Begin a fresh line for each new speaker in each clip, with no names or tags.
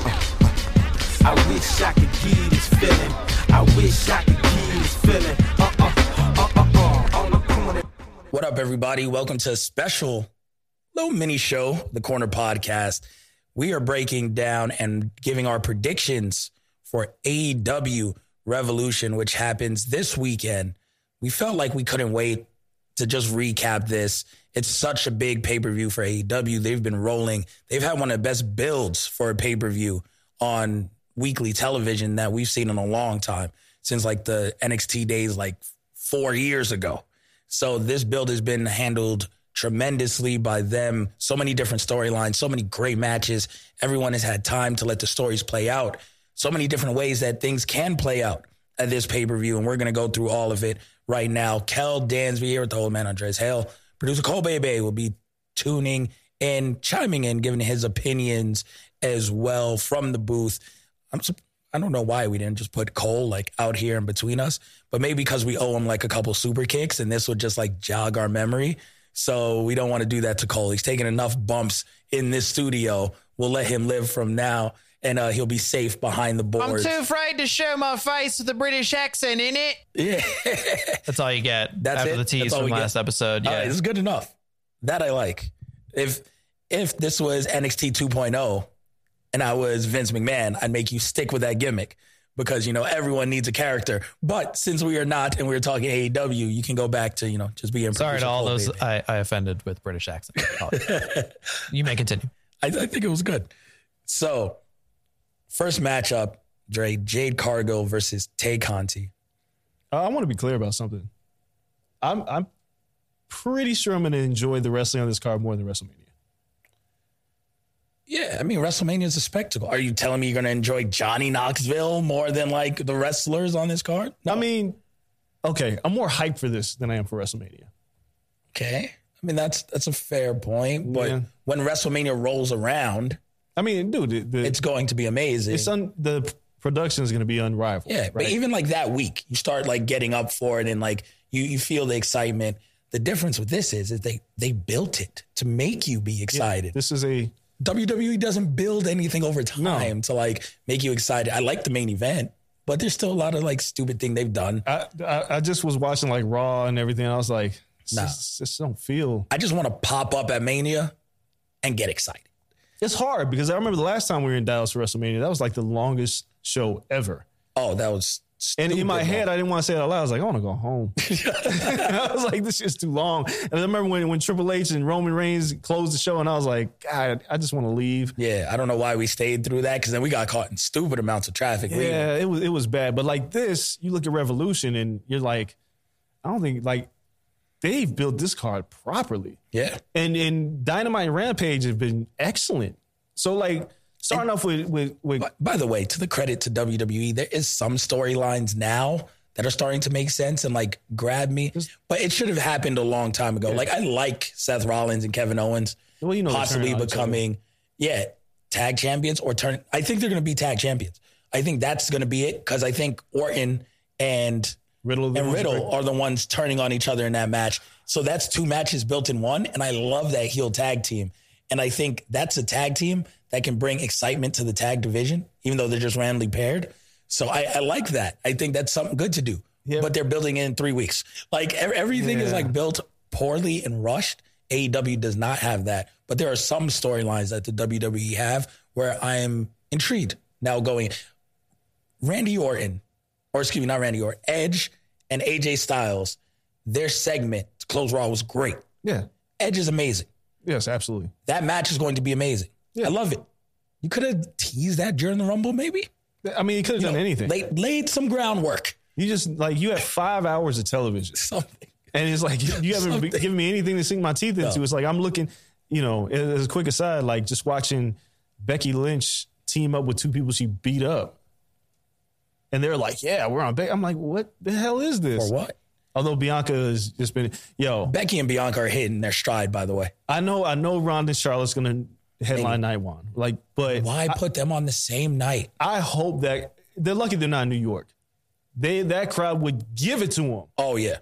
I wish I could give this feeling. I wish I could give this feeling. Uh uh uh uh uh. On the corner.
What up, everybody? Welcome to a special little mini show, The Corner Podcast. We are breaking down and giving our predictions for AEW Revolution, which happens this weekend. We felt like we couldn't wait to just recap this. It's such a big pay per view for AEW. They've been rolling, they've had one of the best builds for a pay per view on weekly television that we've seen in a long time since like the NXT days, like four years ago. So this build has been handled tremendously by them. So many different storylines, so many great matches. Everyone has had time to let the stories play out. So many different ways that things can play out at this pay per view, and we're gonna go through all of it right now. Kel Dansby here with the old man Andres Hale. Producer Cole Bebe will be tuning in, chiming in, giving his opinions as well from the booth. I'm sup- I don't know why we didn't just put Cole like out here in between us, but maybe because we owe him like a couple super kicks and this would just like jog our memory. So we don't want to do that to Cole. He's taking enough bumps in this studio. We'll let him live from now and uh, he'll be safe behind the
I'm
boards.
too afraid to show my face with a British accent in it.
yeah.
That's all you get
That's
after
it?
the tease
That's all
from
we get?
last episode. Yeah.
Uh, it's good enough. That I like. If if this was NXT 2.0 and I was Vince McMahon, I'd make you stick with that gimmick because you know everyone needs a character. But since we are not and we are talking AEW, you can go back to you know just being
Sorry
producer
to all
Cole,
those uh,
baby.
I, I offended with British accent. Apologies. you may continue.
I, I think it was good. So, first matchup, Dre Jade Cargo versus Tay Conti.
Uh, I want to be clear about something. I'm I'm pretty sure I'm going to enjoy the wrestling on this card more than WrestleMania.
Yeah, I mean WrestleMania is a spectacle. Are you telling me you're going to enjoy Johnny Knoxville more than like the wrestlers on this card?
I mean, okay, I'm more hyped for this than I am for WrestleMania.
Okay. I mean that's that's a fair point, but
Yeah.
when WrestleMania rolls around,
I mean, dude, the, the,
it's
it's
going to be amazing.
un, the production is going to be unrivaled.
yeah, but
right?
even like that week, you start like getting up for it and like you you feel the excitement. The difference with this is is they they built it to make you be excited.
this is a
WWE doesn't build anything over time to like make you excited. I like the main event, but there's still a lot of like stupid thing they've done.
I, I I just was watching like Raw and everything. I was like, this,
Nah.
just, this don't feel.
I just want to pop up at Mania and get excited.
It's hard because I remember the last time we were in Dallas for WrestleMania, that was like the longest show ever.
Oh, that was
And in my
stupid,
head,
man.
I didn't want to say it out loud. I was like, I want to go home. I was like, this is too long. And I remember when, when Triple H and Roman Reigns closed the show, and I was like, God, I just want to leave.
Yeah, I don't know why we stayed through that because then we got caught in stupid amounts of traffic. leaving.
Yeah, it was it was bad. But like this, you look at Revolution, and you're like, I don't think like they've built this card properly.
yeah.
And and Dynamite and Rampage have been excellent. So like starting off with with with
But by the way, to the credit to WWE, there is some storylines now that are starting to make sense and like grab me, but it should have happened a long time ago. Like I like Seth Rollins and Kevin Owens
well, you know, they're
possibly
turning on each other.
becoming yeah tag champions or turn. I think they're going to be tag champions. I think that's going to be it because I think Orton and
Riddle
and Riddle are the ones turning on each other in that match. So that's two matches built in one, and I love that heel tag team. And I think that's a tag team that can bring excitement to the tag division, even though they're just randomly paired. So I, I like that. I think that's something good to do. But they're building in three weeks. Like ev- everything is like built poorly and rushed. AEW does not have that. But there are some storylines that the WWE have where I am intrigued now going. Randy Orton, or excuse me, not Randy Orton, Edge and AJ Styles, their segment to close Raw was great.
Yeah.
Edge is amazing.
Yes, absolutely.
That match is going to be amazing. I love it. You could have teased that during the Rumble, maybe.
I mean, he could have done anything.
They laid some groundwork.
You just like you have five hours of television,
Something.
and it's like you, you haven't be-
Something.
given me anything to sink my teeth into. It's like I'm looking, you know. As as a quick aside, like just watching Becky Lynch team up with two people she beat up, and they're like, "Yeah, we're on." Be-. I'm like, "What the hell is
Or
this?"
what?
Although Bianca has just been, yo,
Becky and Bianca are hitting their stride, by the way.
I know, I know, Ronda and Charlotte's gonna headline night one, like, but
Why put them on the same night?
I hope that they're lucky they're not in New York. They that crowd would give it to them.
Oh, yeah.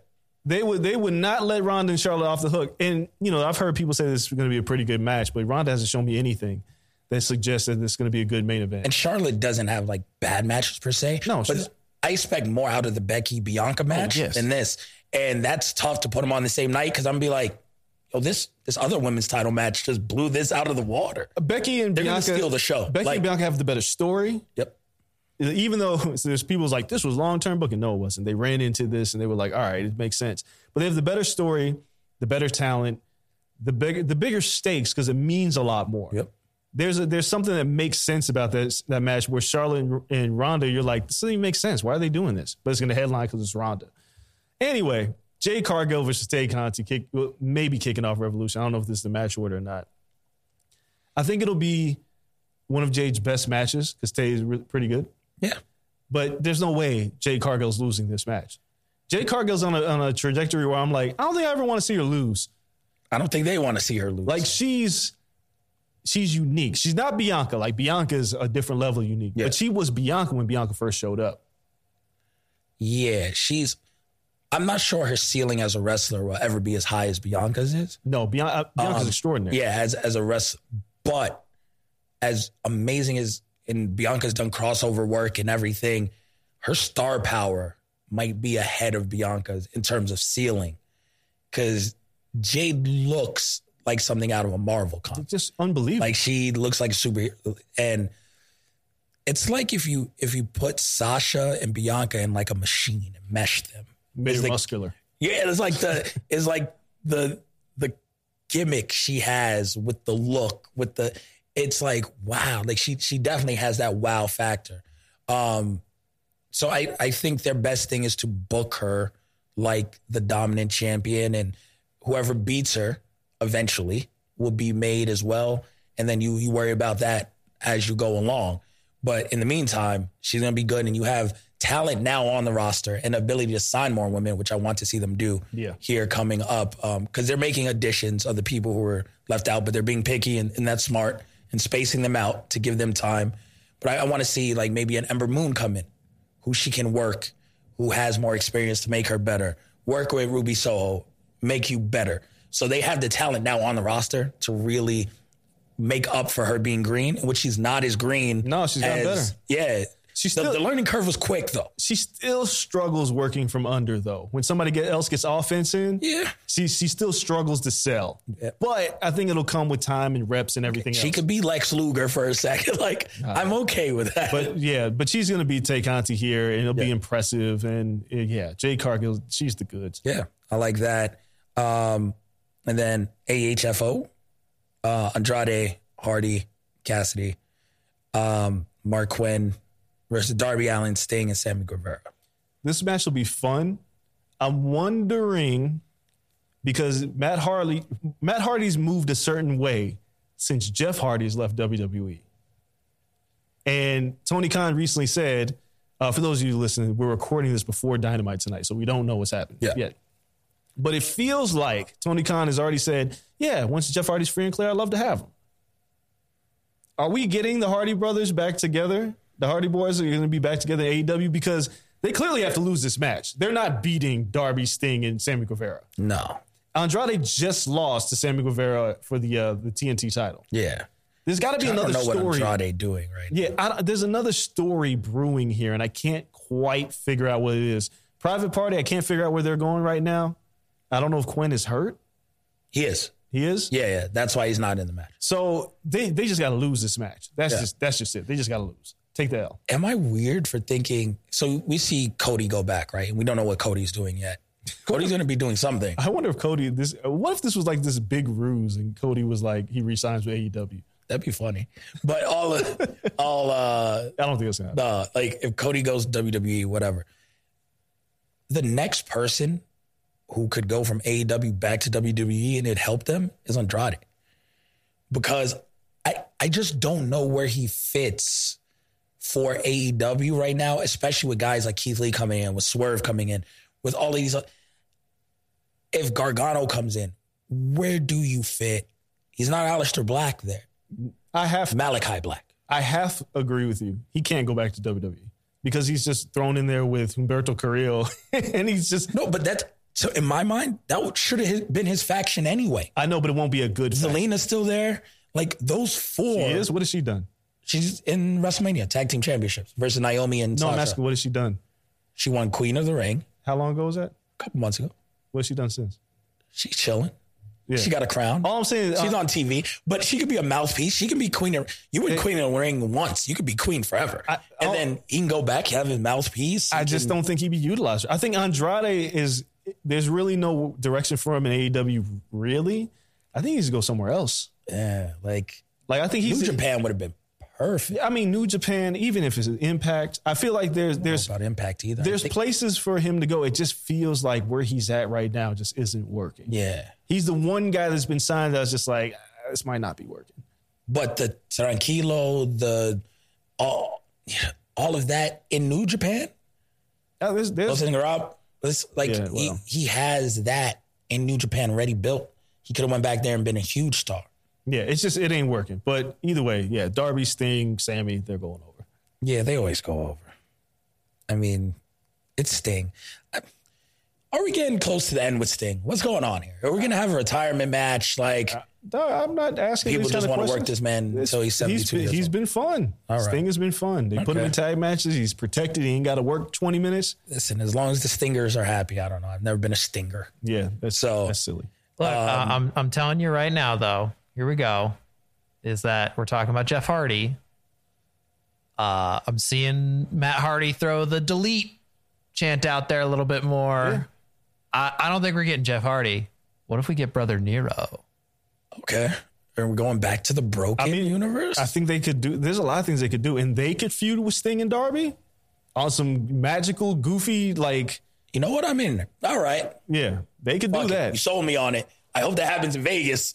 They would they would not let Ronda and Charlotte off the hook. And you know, I've heard people say this is going to be a pretty good match, but Ronda hasn't shown me anything that suggests that this is going to be a good main event.
And Charlotte doesn't have like bad matches per se.
No, she's- Oh,
but I expect more out of the Becky Bianca match
yes.
than this. And that's tough to put them on the same night because I'm gonna be like, yo, this this other women's title match just blew this out of the water.
Becky and
They're gonna
Bianca
steal the show.
Becky
Like-
and Bianca have the better story.
Yep.
Even though so there's people's like this was long term booking, no, it wasn't. They ran into this and they were like, all right, it makes sense. But they have the better story, the better talent, the bigger the bigger stakes because it means a lot more.
Yep.
there's a, there's something that makes sense about this that match where Charlotte and, and Ronda, you're like, this doesn't even make sense. Why are they doing this? But it's going to headline because it's Ronda. Anyway, Jay Cargill versus Tay Conti kick well, maybe kicking off Revolution. I don't know if this is the match order or not. I think it'll be one of Jay's best matches because Tay is re- pretty good.
Yeah.
But there's no way Jay Cargill's losing this match. Jay Cargill's on a, on a trajectory where I'm like, I don't think I ever want to see her lose.
I don't think they want to see her lose.
Like she's she's unique. She's not Bianca. Like Bianca's a different level of unique.
Yeah.
But she was Bianca when Bianca first showed up.
yeah, she's I'm not sure her ceiling as a wrestler will ever be as high as Bianca's is.
No, Bianca, Bianca's
Um,
extraordinary.
Yeah, as as a wrestler. But as amazing as and Bianca's done crossover work and everything, her star power might be ahead of Bianca's in terms of ceiling. Cause Jade looks like something out of a Marvel comic.
Just unbelievable.
Like she looks like a superhero. And it's like if you if you put Sasha and Bianca in like a machine and mesh them.
Very
it's like-
muscular.
Yeah, it's like the it's like the the gimmick she has with the look, with the it's like wow, like she she definitely has that wow factor. Um so I I think their best thing is to book her like the dominant champion and whoever beats her eventually will be made as well and then you you worry about that as you go along. But in the meantime, she's going to be good, and you have talent now on the roster and ability to sign more women, which I want to see them do
Yeah.
here coming up because they're making additions of the people who were left out, but they're being picky and, and that's smart and spacing them out to give them time. But I, I want to see like maybe an Ember Moon come in, who she can work, who has more experience to make her better. Work with Ruby Soho, make you better. So they have the talent now on the roster to really make up for her being green, which she's not as green.
No, she's gotten
as-
better.
Yeah.
She's
the,
still-
the learning curve was quick though.
She still struggles working from under though. When somebody get, else gets offense in,
Yeah.
she she still struggles to sell. But I think it'll come with time and reps and everything
She
else.
could be Lex Luger for a second. Like, I'm okay with that.
but yeah, but she's gonna be Tay Conti here, and it'll be impressive. And uh, yeah, Jay Cargill, she's the goods.
Yeah, I like that. Um, and then AHFO, uh, Andrade, Hardy, Cassidy, um, Mark Quinn versus Darby Allen, Sting, and Sammy Guevara.
this match will be fun. I'm wondering because Matt Harley, Matt Hardy's moved a certain way since Jeff Hardy's left WWE. And Tony Khan recently said, uh, for those of you listening, we're recording this before Dynamite tonight, so we don't know what's happening
Yeah.
yet. But it feels like Tony Khan has already said, yeah, once Jeff Hardy's free and clear, I'd love to have him. Are we getting the Hardy brothers back together? The Hardy boys are going to be back together E in AEW because they clearly have to lose this match. They're not beating Darby, Sting, and Sammy Guevara.
No,
Andrade just lost to Sammy Guevara for the uh, the TNT title.
Yeah.
There's got to be
I
another
don't know
story.
what Andrade doing right
Yeah, I, don't- there's another story brewing here, and I can't quite figure out what it is. Private party, I can't figure out where they're going right now. I don't know if Quinn is hurt.
He is.
He is.
Yeah, yeah. That's why he's not in the match.
So they they just got to lose this match. That's just that's just it. They just got to lose. Take the L.
Am I weird for thinking? So we see Cody go back, right? And we don't know what Cody's doing yet. Cody's going to be doing something.
I wonder if Cody this. What if this was like this big ruse and Cody was like he resigns with E AEW?
That'd be funny. But all, of- all, uh,
I don't think it's gonna happen.
uh, like if Cody goes WWE, E, whatever. The next person who could go from AEW back to WWE and it helped them is Andrade, because I I just don't know where he fits for AEW right now, especially with guys like Keith Lee coming in, with Swerve coming in, with all these. If Gargano comes in, where do you fit? He's not Aleister Black there.
I have
Malachi Black.
I half agree with you. He can't go back to WWE because he's just thrown in there with Humberto Carrillo, and he's just.
No, but that's so in my mind, that should have been his faction anyway.
I know, but it won't be a good. faction.
Zelina's still there. Like those four,
She is. What has she done?
she's in WrestleMania Tag Team Championships versus Naomi and
No, I'm
Sasha.
asking what has she done?
She won Queen of the Ring
How long ago was that?
a couple months ago.
What has she done since?
She's chilling.
Yeah.
She got a crown.
All I'm saying is
She's
uh,
on TV, but she could be a mouthpiece. She can be queen. Of, you were queen of the ring once. You could be queen forever,
I-
and
I'll-
then he can go back have his mouthpiece.
I
He
just
can-
don't think he'd be utilized. I think Andrade is. There's really no direction for him in AEW. Really, I think he needs to go somewhere else.
yeah, like
Like I think
New
he's.
Japan would have been perfect.
I mean, New Japan. Even if it's an Impact, I feel like there's there's
About Impact either. I
there's
think-
places for him to go. It just feels like where he's at right now just isn't working.
yeah.
He's the one guy that's been signed that I was just like, "Ah, this might not be working.
but the tranquilo, the all, all of that in New Japan,
Oh, there's- there's-
Los Ingarab, it's like
Yeah, well.
he, he has that in New Japan ready built. He could have went back there and been a huge star.
yeah, it's just it ain't working. But either way, yeah, Darby, Sting, Sammy, they're going over.
Yeah, they always go over. I mean, it's Sting. I- Are we getting close to the end with Sting? What's going on here? Are we gonna have a retirement match? Like
No, I'm not asking.
people
these
just
kind
want
of
to work
questions.
this man until he's
He's
seventy-two
been,
years
he's
old.
been fun.
All right.
Sting has been fun. They put him
Okay.
in tag matches. He's protected. He ain't got to work 20 minutes.
Listen, as long as the Stingers are happy, I don't know. I've never been a Stinger.
Yeah, that's
So-
that's silly.
Look, uh,
Um,
I'm I'm telling you right now, though. Here we go. Is that we're talking about Jeff Hardy? Uh, I'm seeing Matt Hardy throw the delete chant out there a little bit more. I, I don't think we're getting Jeff Hardy. What if we get Brother Nero?
Okay. Are we going back to the broken
I mean,
universe?
I think they could do. There's a lot of things they could do, and they could feud with Sting and Darby on some magical, goofy, like
you know what? I'm in. All right.
yeah, they could do
Fuck it.
that.
You sold me on it. I hope that happens in Vegas.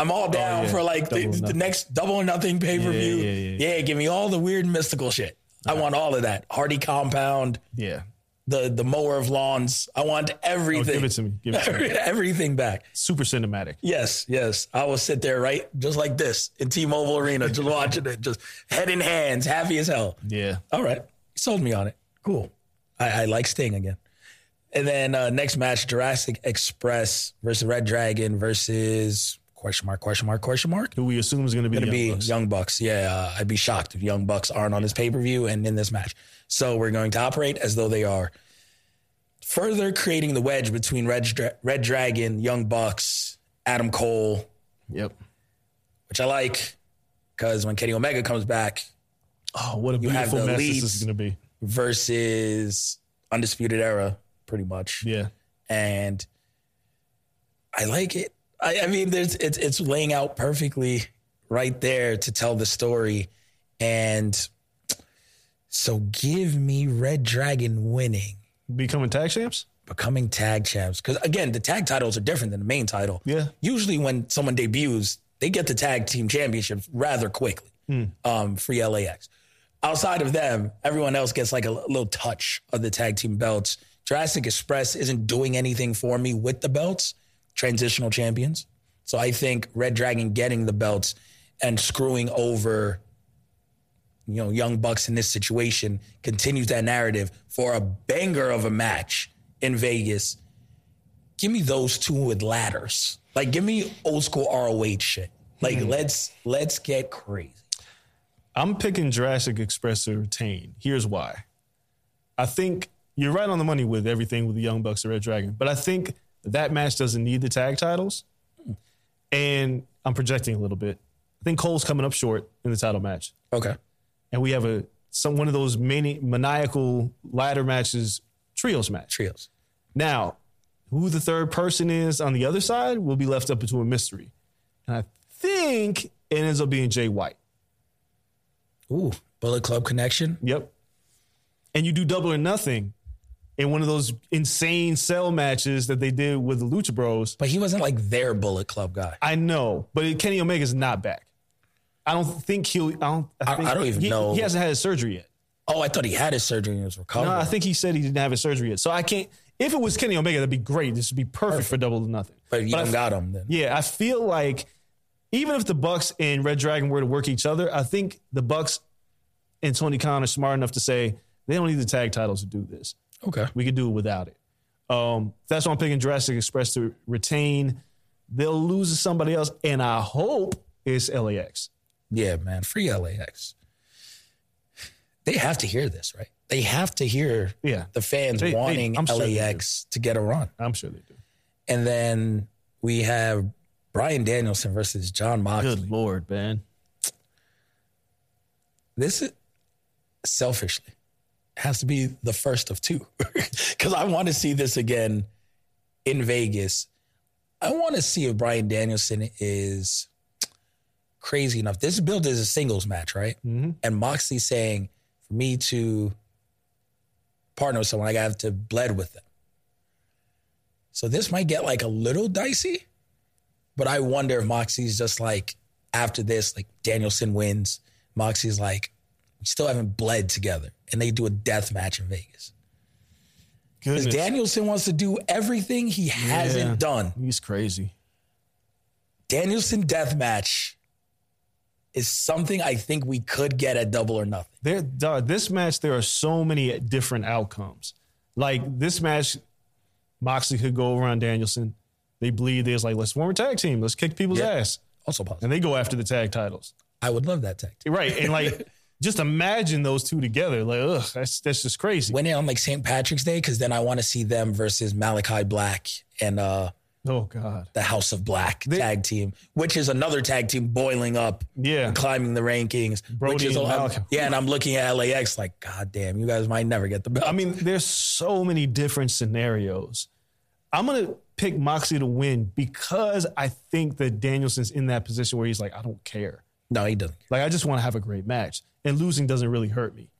I'm all down
Oh, yeah.
for like the,
Double or
the
nothing.
next double or nothing pay per view.
yeah, yeah,
give me all the weird mystical shit. I want all of that. Hardy compound,
Yeah,
the the mower of lawns. I want
Oh,
everything.
give it to me. Give it to me.
everything back.
Super cinematic.
Yes, yes. I will sit there, right? Just like this in T Mobile Arena, just watching it, just head in hands, happy as hell.
Yeah.
All right. He sold me on it. Cool. I, I like Sting again. And then uh, next match, Jurassic Express versus Red Dragon versus question mark, question mark, question mark.
Who we assume is going to be
Gonna
the
be
Young Bucks.
Young Bucks. Yeah, uh, I'd be shocked if Young Bucks aren't on this pay per view and in this match. So we're going to operate as though they are, further creating the wedge between Red, Dra- Red Dragon, Young Bucks, Adam Cole,
Yep.
which I like because when Kenny Omega comes back,
Oh, what a
have
beautiful
the
mess
leads.
this is going to be.
versus Undisputed Era, pretty much.
Yeah.
And I like it. I, I mean, there's it's it's laying out perfectly right there to tell the story. And so give me Red Dragon winning,
Becoming tag champs.
becoming tag champs. Because again, the tag titles are different than the main title.
Yeah.
Usually when someone debuts, they get the tag team championships rather quickly. Um, free LAX. Outside of them, everyone else gets like a l- little touch of the tag team belts. Jurassic Express isn't doing anything for me with the belts, transitional champions. So I think Red Dragon getting the belts and screwing over, you know, Young Bucks in this situation continues that narrative for a banger of a match in Vegas give me those two with ladders. Like, give me old school ROH shit. Like, let's let's get crazy.
I'm picking Jurassic Express to retain. Here's why. I think you're right on the money with everything with the Young Bucks and Red Dragon, but I think that match doesn't need the tag titles. And I'm projecting a little bit. I think Cole's coming up short in the title match,
Okay.
and we have a some one of those many maniacal ladder matches, trios match.
Trios.
Now, who the third person is on the other side will be left up to a mystery. And I think it ends up being Jay White.
Ooh, Bullet Club connection.
Yep. And you do double or nothing in one of those insane cell matches that they did with the Lucha Bros.
But he wasn't like their Bullet Club guy.
I know, but Kenny Omega's not back. I don't think he'll. I don't.
I-
think-
I don't even
he-
know.
He hasn't had his surgery yet.
Oh, I thought he had his surgery and was recovering.
No, I think he said he didn't have his surgery yet. So I can't. If it was Kenny Omega, that'd be great. This would be perfect, for double or nothing.
but you
but I
don't got him then.
Yeah, I feel like even if the Bucks and Red Dragon were to work each other, I think the Bucks and Tony Khan are smart enough to say they don't need the tag titles to do this.
Okay.
We could do it without it. Um, that's why I'm picking Jurassic Express to retain. They'll lose to somebody else, and I hope it's LAX.
Yeah, man. Free LAX. They have to hear this, right? They have to hear
Yeah,
the fans
They- they-
wanting
I'm sure they do.
LAX to get a run.
I'm sure they do.
And then we have Brian Danielson versus John Moxley.
lord, man.
This is selfishly has to be the first of two because I want to see this again in Vegas. I want to see if Brian Danielson is crazy enough. This is billed as a singles match, right? And Moxley saying, for me to partner with someone, I got to bled with them. So this might get like a little dicey, but I wonder if Moxie's just like after this, like Danielson wins, Moxie's like, we still haven't bled together. And they do a death match in Vegas. Because
Goodness,
Danielson wants to do everything he hasn't
Yeah.
done.
he's crazy.
Danielson death match is something I think we could get at double or nothing.
there dog, this match there are so many different outcomes like this match moxley could go over on danielson they bleed they're like let's form a tag team let's kick people's
Yeah.
ass
Also possible.
and they go after the tag titles
I would love that tag team.
right and like just imagine those two together like ugh that's, that's just crazy
Win it on like St. Patrick's Day, because then I want to see them versus Malachi Black and uh
oh god
the House of Black tag team, which is another tag team boiling up,
Yeah.
and climbing the rankings.
Brody
which is
and
a- I'm-
Malachi.
yeah, and I'm looking at LAX like, God damn, you guys might never get the belt.
i mean there's so many different scenarios i'm gonna pick moxley to win because i think that danielson's in that position where he's like i don't care
no, he doesn't.
Like I just want to have a great match, and losing doesn't really hurt me.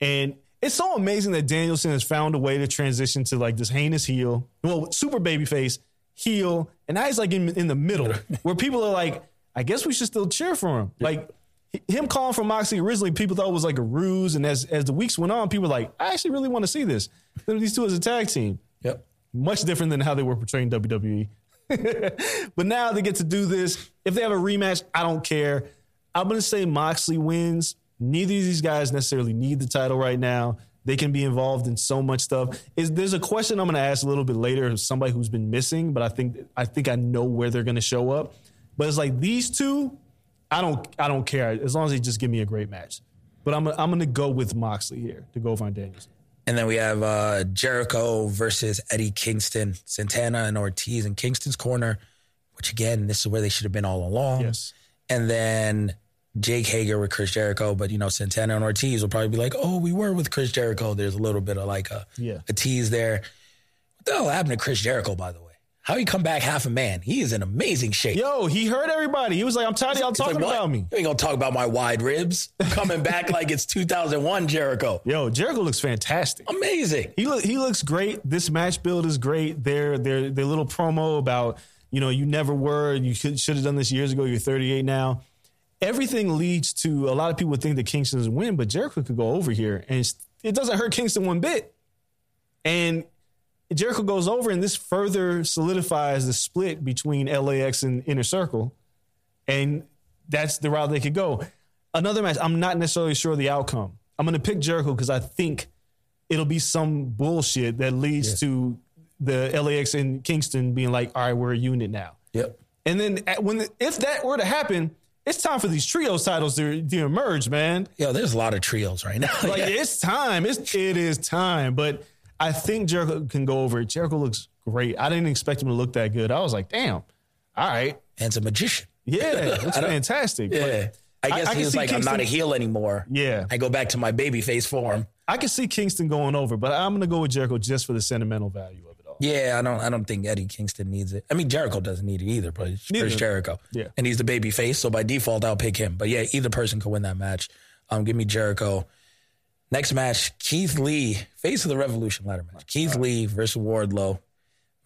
And it's so amazing that Danielson has found a way to transition to like this heinous heel, well, super babyface heel, and now he's like in, in the middle where people are like, I guess we should still cheer for him. Like h- him calling for Moxie originally, people thought was like a ruse, and as as the weeks went on, people were like, I actually really want to see this. These two as a tag team
Yep.
much different than how they were portraying WWE. but now they get to do this. If they have a rematch, I don't care. I'm going to say Moxley wins. Neither of these guys necessarily need the title right now. They can be involved in so much stuff. Is there's a question I'm going to ask a little bit later of somebody who's been missing, but I think I think I know where they're going to show up. But it's like these two, I don't I don't care as long as they just give me a great match. But I'm I'm going to go with Moxley here to go over on Daniels.
And then we have uh, Jericho versus Eddie Kingston, Santana and Ortiz in Kingston's corner, which again, this is where they should have been all along.
Yes.
And then Jake Hager with Chris Jericho, but you know Santana and Ortiz will probably be like, "Oh, we were with Chris Jericho." There's a little bit of like a
Yeah.
a tease there. What the hell happened to Chris Jericho, by the way? How he come back half a man? He is in amazing shape.
Yo, he hurt everybody. He was like, I'm tired of y'all
It's like,
talking
what?
about me.
You ain't gonna talk about my wide ribs coming back like it's 2001 Jericho.
Yo, Jericho looks fantastic.
Amazing.
He look, he looks great. This match build is great. Their their their little promo about you know you never were you should should have done this years ago. You're 38 now. Everything leads to a lot of people think that Kingston is win, but Jericho could go over here and it's- it doesn't hurt Kingston one bit. And Jericho goes over, and this further solidifies the split between LAX and Inner Circle, and that's the route they could go. Another match, I'm not necessarily sure of the outcome. I'm going to pick Jericho because I think it'll be some bullshit that leads to the LAX and Kingston being like, all right, we're a unit now.
Yep.
And then at- when if that were to happen, it's time for these trios titles to, to emerge, man.
Yo, there's a lot of trios right now.
Like it's time. It's it is time. But I think Jericho can go over it. Jericho looks great. I didn't expect him to look that good. I was like, damn. All right.
and it's a magician.
Yeah, that's
I don't-
fantastic. But
Yeah. I guess
I
he
can
was
see
like, I'm not a
Kingston-
heel anymore.
Yeah.
I go back to my baby face form.
I can see Kingston going over, but I'm gonna go with Jericho just for the sentimental value of it all.
Yeah, I don't I don't think Eddie Kingston needs it. I mean Jericho doesn't need it either, but it's
Neither.
it's Jericho.
Yeah.
And he's the baby face, so by default I'll pick him. But yeah, either person could win that match. Um give me Jericho. Next match, Keith Lee, face of the Revolution ladder match. Keith Lee versus Wardlow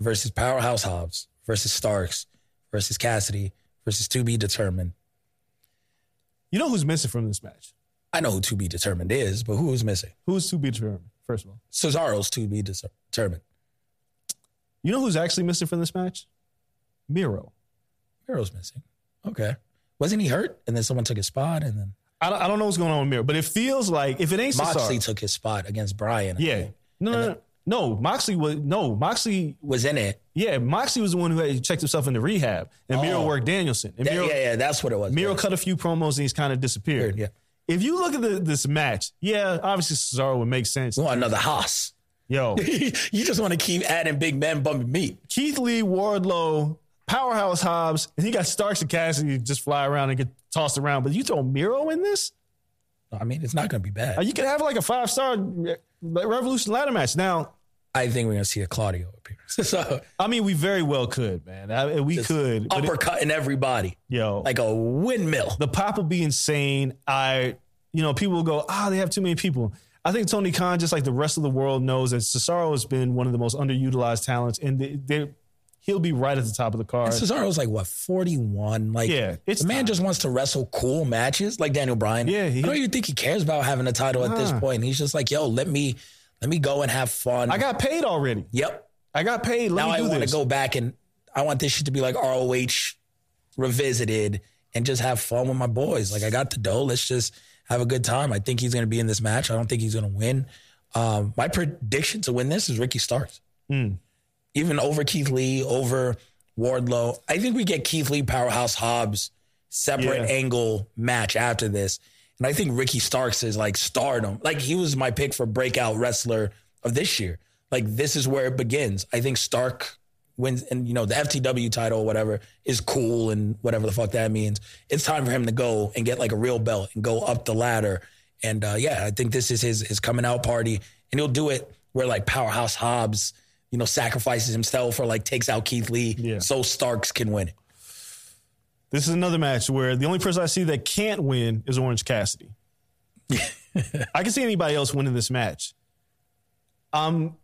versus Powerhouse Hobbs versus Starks versus Cassidy versus to be determined.
You know who's missing from this match?
I know who to be determined is, but who is missing?
Who's to be determined? First of all,
Cesaro's to be deter- determined.
you know who's actually missing from this match? Miro.
Hero's missing. Okay. Wasn't he hurt? And then someone took his spot and then
I don't, I don't know what's going on with Miro, but it feels like if it ain't
Moxley
Cesaro,
took his spot against Brian. I
yeah,
think.
no, no, no, no, Moxley was no Moxley.
Was in it.
Yeah, Moxley was the one who had checked himself into rehab, and Miro
Oh.
worked Danielson. And
That-
Miro,
yeah, yeah, that's what it was.
Miro
Yeah.
cut a few promos and he's kind of disappeared.
Yeah.
If you look at the, this match, yeah, obviously Cesaro would make sense.
You want another Haas.
Yo,
you just want to keep adding big men bumping meat.
Keith Lee, Wardlow, Powerhouse Hobbs, and he got Starks and Cassidy to just fly around and get tossed around. But you throw Miro in this,
I mean, it's not going to be
Uh,
bad.
you could have like a five star Revolution ladder match. Now,
I think we're going to see a Claudio appearance. so,
I mean, we very well could, man. I, we could, but it-
uppercutting everybody
yo,
like a windmill.
the pop will be insane. I, you know, people will go, ah, they have too many people. I think Tony Khan, just like the rest of the world, knows that Cesaro has been one of the most underutilized talents, and they, they, he'll be right at the top of the card.
Cesaro's like what forty one. Like
Yeah, it's
the man
time.
just wants to wrestle cool matches, like Daniel Bryan.
Yeah, he-
I don't even think he cares about having a title at this
Nah.
point. He's just like, yo, let me let me go and have fun.
I got paid already.
yep.
I got paid. Let
now
me
I
do
want to
this.
go back and I want this shit to be like ROH revisited and just have fun with my boys. Like I got the dough. Let's just have a good time. I think he's going to be in this match. I don't think he's going to win. Um, my prediction to win this is Ricky Starks,
Hmm.
even over Keith Lee, over Wardlow. I think we get Keith Lee powerhouse Hobbs separate
Yeah.
angle match after this, and I think Ricky Starks is like stardom. Like he was my pick for breakout wrestler of this year. Like this is where it begins. I think Stark wins and you know the FTW title or whatever is cool and whatever the fuck that means. It's time for him to go and get like a real belt and go up the ladder. And uh, yeah, I think this is his his coming out party, and he'll do it where like powerhouse Hobbs, you know, sacrifices himself or like takes out Keith Lee,
Yeah.
so Starks can win it.
This is another match where the only person I see that can't win is Orange Cassidy. I can see anybody else winning this match. Um,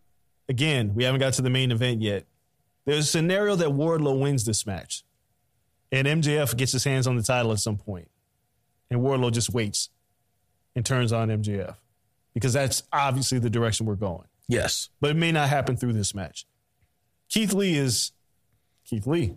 again, we haven't got to the main event yet. There's a scenario that Wardlow wins this match, and MJF gets his hands on the title at some point, and Wardlow just waits and turns on MJF because that's obviously the direction we're going.
Yes,
But it may not happen through this match. Keith Lee is Keith Lee.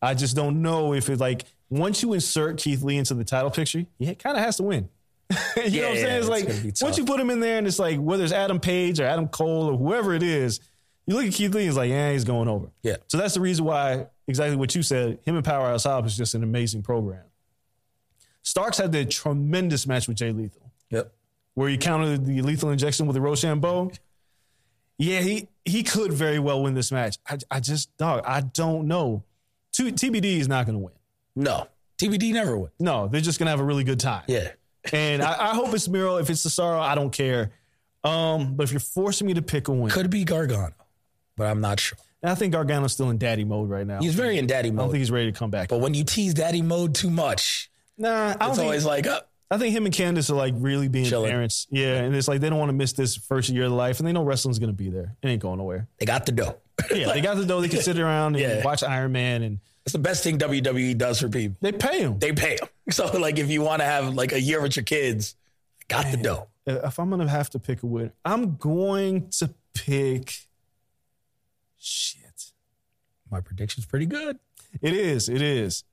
I just don't know if it like once you insert Keith Lee into the title picture, he kind of has to win. you know what I'm
yeah,
saying?
it's gonna
It's
be
like
tough.
once you put him in there, and it's like whether it's Adam Page or Adam Cole or whoever it is, you look at Keith Lee, it's like, yeah, he's going over.
Yeah.
So that's the reason why exactly what you said. Him and Powerhouse Hobbs is just an amazing program. Starks had the tremendous match with Jay Lethal
yep.
where you countered the lethal injection with the Rochambeau. Yeah, he he could very well win this match. I, I just dog, I don't know. T- TBD is not going to win.
No, TBD never win.
No, they're just going to have a really good time.
Yeah,
And I, I hope it's Miro. If it's Cesaro, I don't care. Um, but if you're forcing me to pick a win,
could be Gargano, but I'm not sure.
and I think Gargano's still in daddy mode right now.
He's very in daddy
I don't think
mode,
he's ready to come back.
but when you tease daddy mode too much,
Nah, I don't
it's
think,
always like, uh,
I think him and Candace are like really being
Chilling.
parents. Yeah, and it's like they don't want to miss this first year of life, and they know wrestling's going to be there. It ain't going nowhere.
they got the dough.
Yeah, they got to know they can sit around and
Yeah.
watch Iron Man, and
That's the best thing WWE does for people.
they pay them.
They pay them. So like, if you want to have like a year with your kids, got the dough.
if I'm gonna have to pick a winner, I'm going to pick. Shit,
My prediction's pretty good.
it is, it is.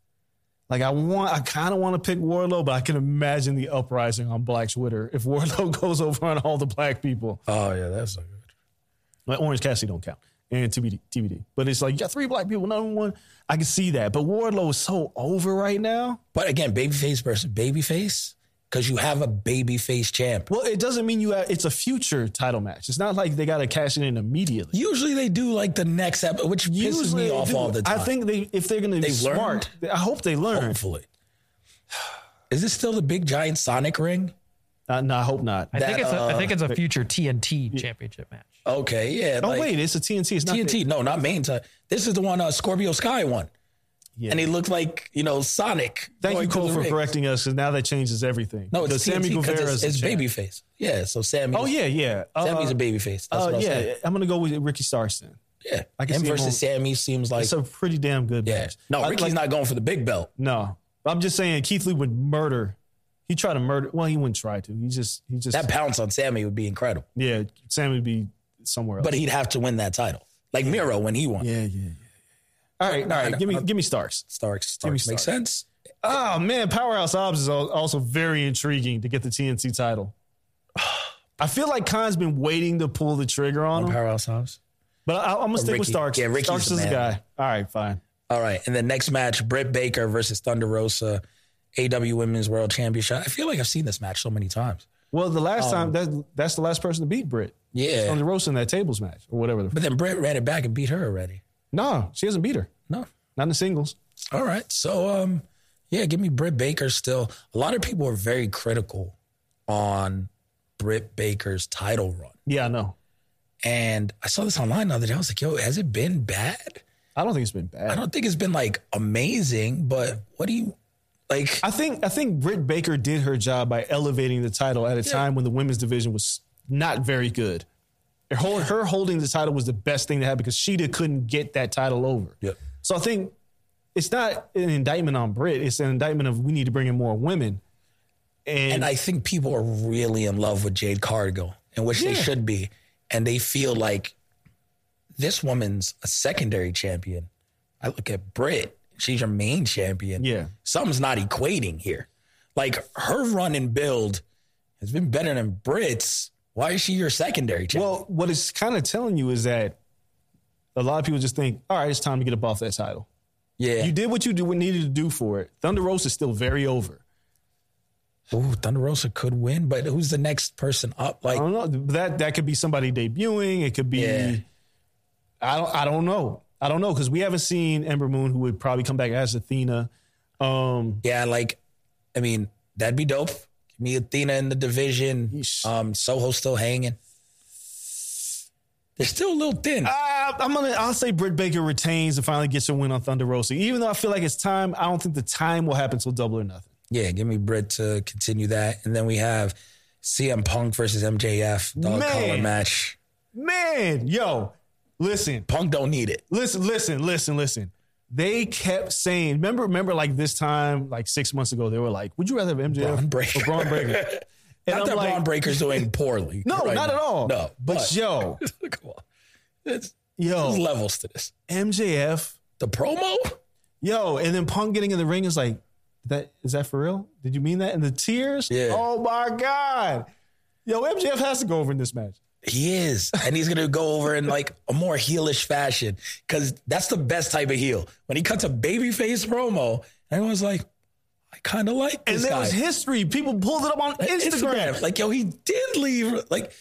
Like I want, I kind of want to pick Warlow, but I can imagine the uprising on Black Twitter if Warlow goes over on all the black people.
Oh yeah, that's so good.
Like Orange Cassidy don't count. And TBD, TBD. But it's like you got three black people, number one. I can see that. But Wardlow is so over right now.
But again, babyface versus babyface, because you have a babyface champ.
Well, it doesn't mean you. Have, it's a future title match. It's not like they got to cash it in immediately.
Usually they do like the next episode, which pisses
Usually
me
they
off
do.
all the time.
I think they, if they're going to be
They Oh,
smart, I hope they learn.
hopefully. Is this still the big giant Sonic ring?
Uh, no, I hope not.
I think
That,
it's a, I think it's a
uh,
future TNT championship match.
Okay, yeah.
oh
like-
wait, it's a TNT. It's not
TNT. No, not main time. This is the one uh, Scorpio Sky won.
Yeah.
And he looked like, you know, Sonic.
Thank
going
you,
to
Cole,
the
for
ring.
correcting us because now that changes everything.
No, it's
Because
Sammy
Guevara
It's,
is
it's
the champ.
babyface. Yeah, so Sammy.
Oh yeah, yeah. Uh,
Sammy's a babyface. That's
uh,
what I'm
yeah,
saying.
I'm gonna go with Ricky Starson.
Yeah.
I can
him
see him
versus
on-
Sammy seems like.
It's a pretty damn good
yeah.
match.
No,
I-
Ricky's
like-
not going for the big belt.
No, I'm just saying Keith Lee would murder. He tried to murder. Well, he wouldn't try to. He just, he just.
That pounce on Sammy would be incredible.
yeah, Sammy would be somewhere else.
But he'd have to win that title. Like Miro when he won.
yeah, yeah, yeah. All right, all right. Give me, give me Starks.
Starks.
me
Starks makes
Starks.
sense.
Oh man, Powerhouse Hobbs is al- also very intriguing to get the TNT title. I feel like Khan's been waiting to pull the trigger on him,
Powerhouse Hobbs.
but I, I'm gonna stick with
Oh, Ricky.
Starks.
Yeah, Ricky's
Starks
the
is the
man.
guy. All right, fine.
All right. And the next match, Britt Baker versus Thunder Rosa, AW Women's World Championship. I feel like I've seen this match so many times.
Well, the last time that that's the last person to beat Britt
Um, Yeah.
on the Rosa in that tables match or whatever. The,
But then Britt ran it back and beat her already.
no, she hasn't beat her.
No.
Not in the singles.
All right. So um yeah, give me Britt Baker still. A lot of people are very critical on Britt Baker's title run.
Yeah, I know.
And I saw this online the other day. I was like, yo, has it been bad?
I don't think it's been bad.
I
I,
don't think it's been like amazing, but what do you like?
think I think Britt Baker did her job by elevating the title at a time when the women's division was not very good. Her, hol- her holding the title was the best thing to have because Sheeta couldn't get that title over.
Yep.
So I think it's not an indictment on Britt. It's an indictment of we need to bring in more women. And,
And I think people are really in love with Jade Cargill, in which they
Yeah.
should be. And they feel like this woman's a secondary champion. I look at Britt, she's your main champion.
Yeah.
Something's not equating here. Like her run and build has been better than Britt's. Why is she your secondary champion?
Well, what it's kind of telling you is that a lot of people just think, all right, it's time to get up off that title.
yeah.
You did what you do, what needed to do for it. Thunder Rose is still very over.
Ooh, Thunder Rosa could win, but who's the next person up?
I
Like,
don't know. That that could be somebody debuting. It could be.
Yeah.
I don't. I don't know. I don't know because we haven't seen Ember Moon, who would probably come back as Athena. Um,
yeah, like, I mean, that'd be dope. Give me Athena in the division.
Yeesh.
Um, Soho still hanging. They're still a little thin.
I, I'm gonna. I'll say Britt Baker retains and finally gets a win on Thunder Rosa. Even though I feel like it's time, I don't think the time will happen till Double or Nothing.
yeah, give me Britt to continue that, and then we have CM Punk versus MJF dog
Man.
collar match.
Man, yo, listen.
Punk don't need it.
listen, listen, listen, listen. They kept saying, remember, remember, like this time, like six months ago, they were like, "Would you rather have MJF
Braun
or
Breaker.
Braun Breaker?" And
Not
I'm
that
like,
Braun Breaker's doing poorly.
No,
right
not
now.
at all.
No,
but, yo,
come on, it's, there's
yo,
levels to this.
MJF,
The promo,
yo, and then Punk getting in the ring is like, "That is that for real? Did you mean that?" And the tears,
Yeah.
Oh my god, yo, MJF has to go over in this match.
he is, and he's gonna go over in like a more heelish fashion because that's the best type of heel. When he cuts a babyface promo, everyone's like, I kind of like
And
this
that
guy.
was history. People pulled it up on Instagram.
Like, yo, he did leave. Like,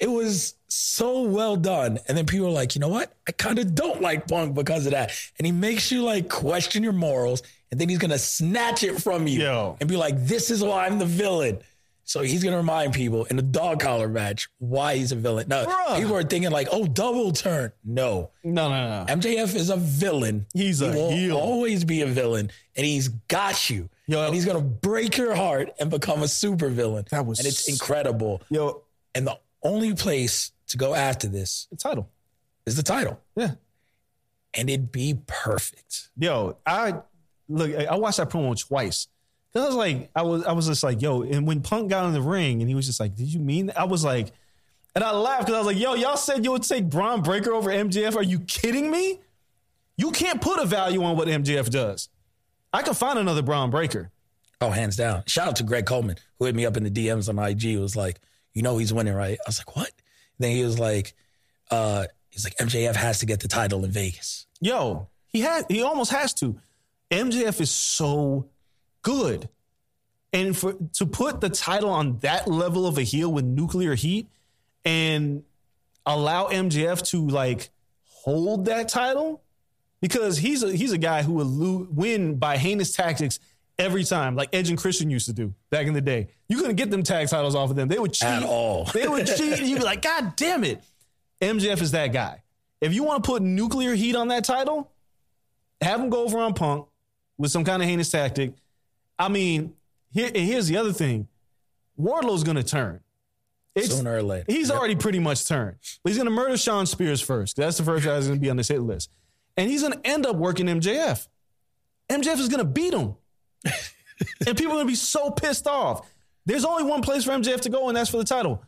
it was so well done. And then people are like, you know what? I kind of don't like Punk because of that. And he makes you like question your morals. And then he's going to snatch it from you
Yo.
and be like, this is why I'm the villain. So he's going to remind people in the dog collar match why he's a villain. No,
Bruh.
people are thinking like, oh, double turn. No.
No, no, no.
MJF is a villain.
He's a
he will
heel.
always be a villain, and he's got you.
Yo.
and he's gonna break your heart and become a super villain.
That was
and it's
so-
incredible.
Yo,
And the only place to go after this
title.
is the title,
Yeah.
and it'd be perfect.
yo, I look, I- I watched that promo twice. Cause I was like, I was, I was just like, yo, and when Punk got in the ring and he was just like, did you mean that? I was like, and I laughed because I was like, yo, y'all said you would take Braun Breaker over MJF. Are you kidding me? You can't put a value on what MJF does. I can find another Braun Breaker.
Oh, hands down. Shout out to Greg Coleman who hit me up in the DMs on IG. Was like, you know, he's winning, right? I was like, what? then he was like, uh, he's like MJF has to get the title in Vegas.
Yo, he had he almost has to. MJF is so good. And for to put the title on that level of a heel with nuclear heat and allow MJF to like hold that title because he's a he's a guy who will lo- win by heinous tactics every time, like Edge and Christian used to do back in the day. You couldn't get them tag titles off of them. They would cheat
At all.
They would cheat, and you'd be like, God damn it. MJF is that guy. If you want to put nuclear heat on that title, have him go over on Punk with some kind of heinous tactic. I mean, here, and here's the other thing Wardlow's going to turn. It's,
Sooner or later.
He's
Yep.
already pretty much turned. But he's going to murder Sean Spears first. 'cause That's the first guy that's going to be on this hit list. And he's going to end up working MJF. MJF is going to beat him. and people are going to be so pissed off. There's only one place for MJF to go, and that's for the title.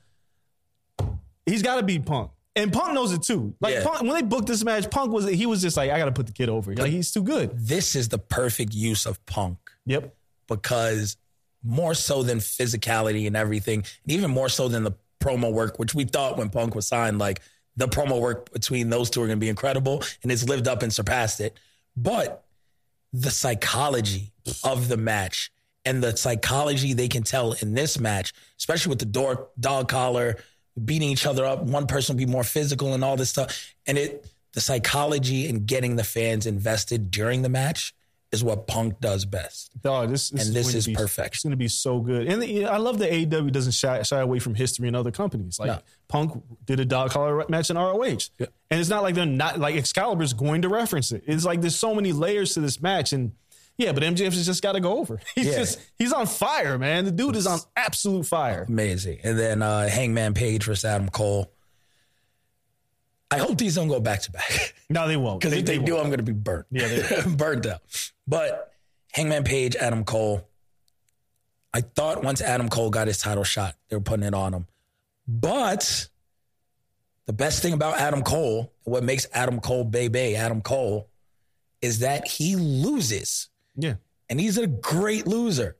He's got to beat Punk. And Punk knows it too. Like
Yeah.
Punk, when they booked this match, Punk was he was just like, I got to put the kid over. Like he's too good.
This is the perfect use of Punk.
Yep.
because more so than physicality and everything, and even more so than the promo work, which we thought when Punk was signed, like the promo work between those two are going to be incredible, and it's lived up and surpassed it. But the psychology of the match and the psychology they can tell in this match, especially with the door dog collar beating each other up, one person be more physical and all this stuff, and it the psychology and getting the fans invested during the match is what Punk does best.
Dog, this, this
And this
going to
is
be-
perfection.
It's going to be so good. And you know, I love that AEW doesn't shy, shy away from history and other companies. Like
No.
Punk did a dog collar match in ROH, and it's not like they're not like Excalibur's going to reference it. It's like there's so many layers to this match, and yeah, but MJF has just got to go over. He's
Yeah.
just he's on fire, man. The dude is on absolute fire.
Amazing. And then uh, Hangman Page versus Adam Cole. I hope these don't go back to back
No, they won't.
because if they, do,
won't.
I'm going to be burnt.
Yeah,
burnt out. But Hangman Page, Adam Cole. I thought once Adam Cole got his title shot, they were putting it on him. But the best thing about Adam Cole, what makes Adam Cole baby Adam Cole, is that he loses
yeah,
and he's a great loser.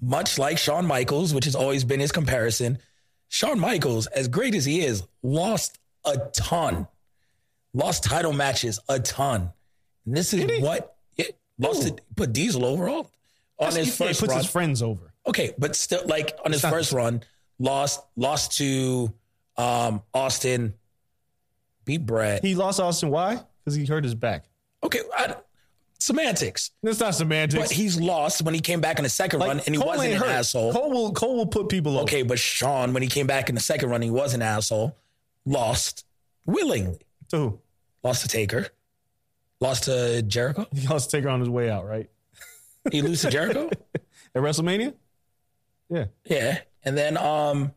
Much like Shawn Michaels, which has always been his comparison, Shawn Michaels, as great as he is, lost a ton, lost title matches a ton. And this is what it lost it, put Diesel overall on his
Yeah, he
first
puts
run.
his friends over.
okay, but still, like on his
not-
first run, lost lost to um, Austin, beat Brad.
He lost Austin. Why? Because he hurt his back.
Okay, I, semantics.
That's not semantics.
But he's lost when he came back in the second
Like,
run, and he
Cole
wasn't
ain't
an
hurt.
asshole.
Cole will Cole will put people over.
Okay, but Sean, when he came back in the second run, he was an asshole. Lost willingly.
To who?
Lost to Taker. Lost to Jericho.
He lost Taker on his way out, right?
He lose to Jericho.
At WrestleMania? Yeah.
Yeah. And then um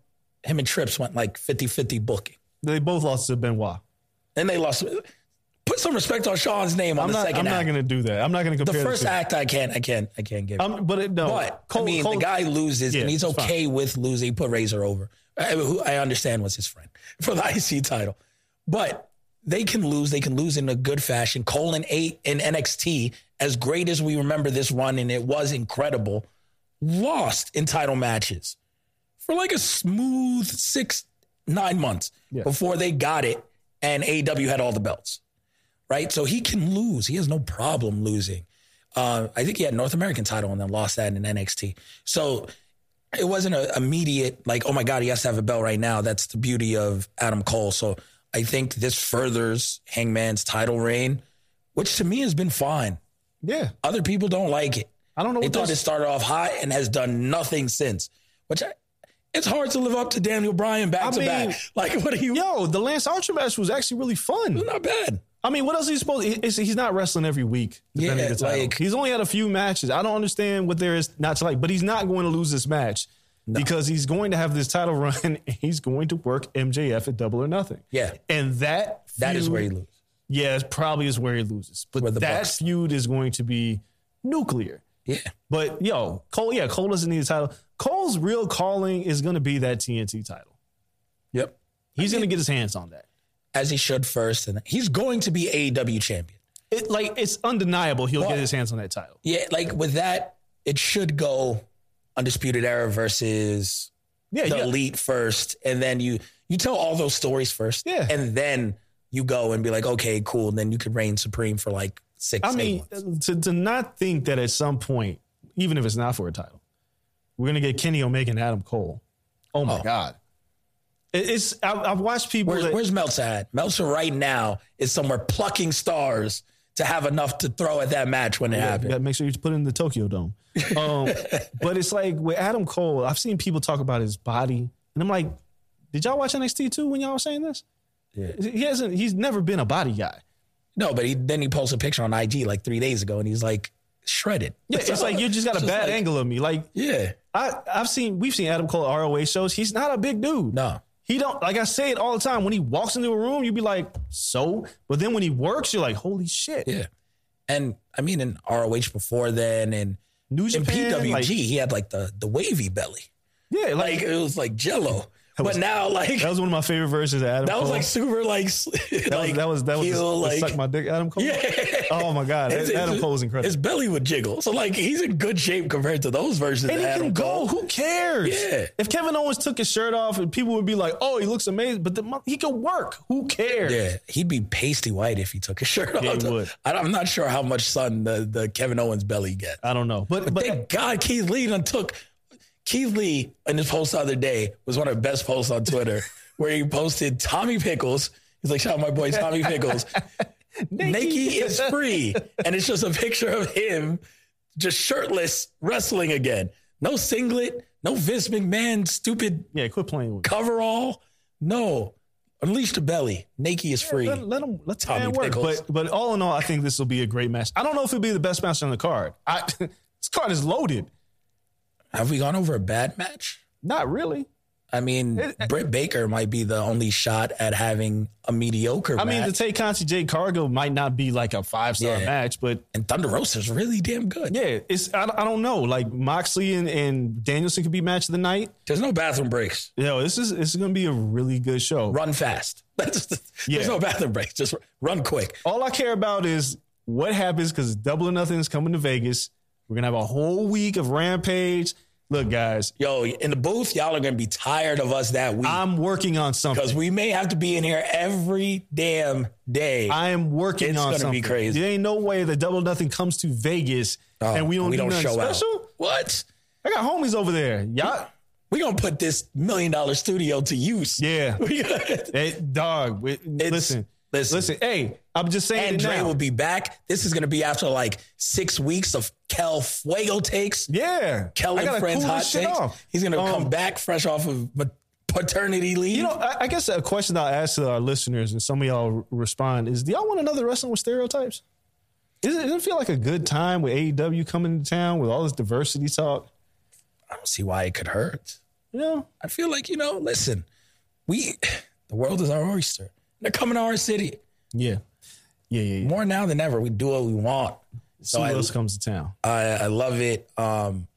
him and Trips went like 50-50 booking.
They both lost to Benoit.
Then they lost. Put some respect on Sean's name on
I'm
the
not,
second
I'm not
act.
going to do that. I'm not going to
the
compare
first
the two.
act I can't I can't I can't give.
Um, but it, no.
but
Cole-
I mean
Cole-
the guy loses
Yeah,
and he's
it's fine.
okay with losing. He put Razor over. I, who I understand was his friend for the IC title. But they can lose. They can lose in a good fashion. Cole and eight in NXT, as great as we remember this run, and it was incredible, lost in title matches for like a smooth six, nine months
Yeah.
before they got it and AW had all the belts. Right? So he can lose. He has no problem losing. Uh, I think he had North American title and then lost that in NXT. So it wasn't an immediate like, oh my God, he has to have a belt right now. That's the beauty of Adam Cole. So I think this furthers Hangman's title reign, which to me has been fine.
Yeah.
Other people don't like it.
I don't know
They
what
thought it
this-
started off hot and has done nothing since. Which I, it's hard to live up to Daniel Bryan back
I
to
mean,
back. Like what are you?
Yo, the Lance Archer match was actually really fun.
Not bad.
I mean, what else is he supposed to? He's, he's not wrestling every week. Depending
Yeah,
on the title.
like-
he's only had a few matches. I don't understand what there is not to like, but he's not going to lose this match because he's going to have this title run. And he's going to work MJF at double or nothing.
Yeah.
And that
That is
feud-
where you lose.
Yeah, it probably is where he loses. But
Where the
that
Bucks-
feud is going to be nuclear.
Yeah.
But yo, Cole, yeah, Cole doesn't need a title. Cole's real calling is going to be that TNT title.
Yep.
He's going to get his hands on that.
As he should first, and he's going to be AEW champion.
It, like it's undeniable he'll
But-
get his hands on that title.
Yeah, like with that, it should go undisputed era versus
Yeah,
the
yeah.
elite first, and then you You tell all those stories first,
Yeah.
and then you go and be like, okay, cool. And then you could reign supreme for like six.
I
eight
mean,
months.
to, to not think that at some point, even if it's not for a title, we're gonna get Kenny Omega and Adam Cole. Oh my
Oh.
god! It- It's I've, I've watched people.
where's,
that-
where's Meltzer at? Meltzer right now is somewhere plucking stars to have enough to throw at that match when it
Yeah,
happened.
gotta make sure you put it in the Tokyo Dome. Um, but it's like with Adam Cole, I've seen people talk about his body, and I'm like, did y'all watch NXT too when y'all were saying this?
Yeah.
He hasn't. He's never been a body guy.
No, but he, then he posts a picture on IG like three days ago, and he's like shredded.
Yeah, it's like you just got a
Just
bad
like-
angle of me. Like
yeah,
I, I've seen, we've seen Adam Cole at ROH shows. He's not a big dude.
no,
He don't like I say it all the time. When he walks into a room, you'd be like, so. But then when he works, you're like, holy shit.
yeah, and I mean in ROH before then, and
New
in
Japan,
PWG
like-
he had like the the wavy belly,
yeah, like,
like it was like Jello. But
was-
now like
that was one of my favorite versions of Adam.
that was
Cole.
like super like s-
that was
like,
that was that was
heel,
the- the
like
suck my dick, Adam Cole.
yeah.
Oh my god,
His-
Adam
his-
Cole is incredible.
His belly would jiggle, so like he's in good shape compared to those versions.
And
of
he
Adam
can go.
Cole.
Who cares?
Yeah.
If Kevin Owens took his shirt off, and people would be like, "Oh, he looks amazing," but the, mo- he can work. Who cares?
Yeah, he'd be pasty white if he took his shirt off.
Yeah, he would.
I, am not sure how much sun the, the Kevin Owens belly gets.
I don't know, but but
Thank God Keith Lee done took Keith Lee in his post the other day was one of the best posts on Twitter where he posted Tommy Pickles. He's like, shout out my boy Tommy Pickles. Nike is free. And it's just a picture of him just shirtless wrestling again. No singlet, no Vince McMahon stupid
yeah, quit playing with. Me.
coverall. No. Unleash the belly. Nike is free.
Let, let him let
Tommy
Tommy work.
Pickles.
But but all in all, I think this will be a great match. I don't know if it'll be the best match on the card. I this card is loaded.
Have we gone over a bad match?
Not really.
I mean, Britt Baker might be the only shot at having a mediocre
I
match.
mean, the Tay Conti Jay Cargo might not be like a five star
Yeah.
match, but
and Thunder Rosa's really damn good.
yeah, it's I, don't- I don't know. Like Moxley and, and Danielson could be match of the night.
There's no bathroom breaks.
Yo, this is this is gonna be a really good show.
Run fast. That's just-
Yeah.
There's no bathroom breaks. Just run quick.
All I care about is what happens because Double or Nothing is coming to Vegas. We're gonna have a whole week of Rampage. Look, guys,
Yo, in the booth, y'all are going to be tired of us that week
I'm working on something.
because we may have to be in here every damn day.
I am working
It's
on
gonna be
something.
crazy.
There ain't no way that Double or Nothing comes to Vegas
Oh,
and we don't,
we
do
don't
nothing
show out.
special.
what?
I got homies over there. Y'all,
We're going to put this million dollar studio to use.
yeah,
We gotta-
Hey, dog. we- listen,
listen.
listen. Hey, I'm just saying.
and
it
Dre
now.
will be back. This is going to be after like six weeks of Kel Fuego takes.
yeah,
Kel
I
and
gotta
friends
cool
hot
this shit
takes.
off.
He's gonna
Um,
come back fresh off of ma- paternity leave.
You know, I, I guess a question I'll ask to our listeners, and some of y'all r- respond, is: Do y'all want another wrestling with stereotypes? Is it, does it feel like a good time with AEW coming to town with all this diversity talk?
I don't see why it could hurt.
You know,
I feel like you know. Listen, we the world is our oyster. They're coming to our city
yeah, yeah, yeah. yeah.
more now than ever. We do what we want.
See
So
who
I,
else comes to town?
I I love it. Um,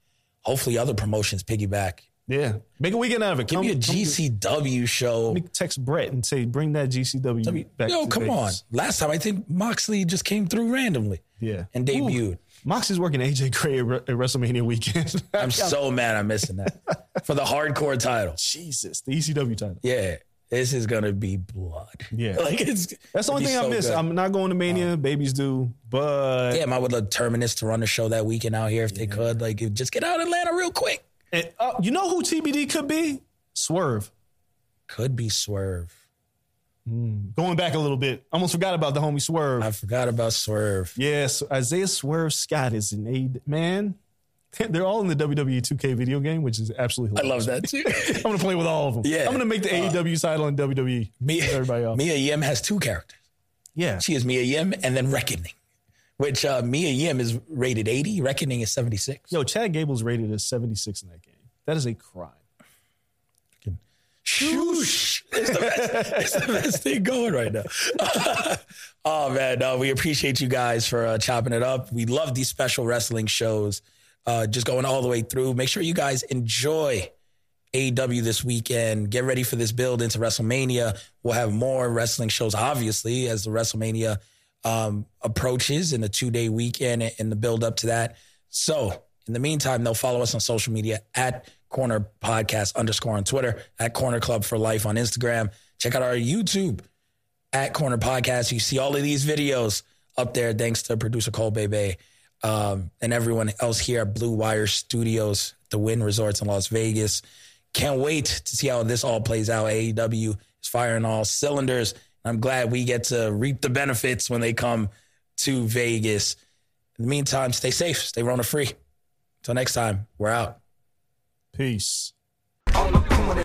hopefully, other promotions piggyback.
Yeah, make a weekend out of it.
Give
come,
me a
come to-
GCW show.
Let me text Brett and say, bring that GCW back.
Yo,
to
come on.
Vegas.
Last time I think Moxley just came through randomly
Yeah.
and debuted.
Moxie's working AJ Gray at Re- at WrestleMania weekend.
I'm so mad I'm missing that for the hardcore title.
Jesus, the ECW title.
Yeah, this is gonna be blood.
Yeah.
like it's
That's the only
it'd be
thing I
so
miss.
good. Uh-huh.
I'm not going to Mania. babies do, but
Damn, I would love Terminus to run the show that weekend out here if they could. Like, if- just get out of Atlanta real quick.
And, uh, you know who TBD could be? Swerve.
Could be Swerve.
Hmm. Going back a little bit, almost forgot about the homie Swerve.
I forgot about Swerve.
yes, Isaiah Swerve Scott is an aid man. They're all in the WWE 2K video game, which is absolutely.
I love
hilarious.
that too.
I'm gonna play with all of them.
Yeah. Uh,
I'm gonna make the AEW title and WWE.
Mia,
E. everybody off.
Mia Yim has two characters.
Yeah,
She is Mia Yim and then Reckoning, which uh, Mia Yim is rated 80, Reckoning is 76.
yo, Chad Gable's rated as 76 in that game. That is a crime.
Shoosh. It's the best, it's the best thing going right now. oh, man. No, we appreciate you guys for uh, chopping it up. We love these special wrestling shows, uh, just going all the way through. Make sure you guys enjoy AEW E this weekend. Get ready for this build into WrestleMania. We'll have more wrestling shows, obviously, as the WrestleMania um, approaches in the two day weekend and the build up to that. So In the meantime, they'll follow us on social media at Corner Podcast underscore on Twitter, at Corner Club for Life on Instagram. Check out our YouTube at Corner Podcast. You see all of these videos up there, thanks to producer Cole Bebe um, and everyone else here at Blue Wire Studios, the Win Resorts in Las Vegas. Can't wait to see how this all plays out. AEW is firing all cylinders. I'm glad we get to reap the benefits when they come to Vegas. In the meantime, stay safe, stay Rona free. Until next time, we're out.
Peace.
On the corner.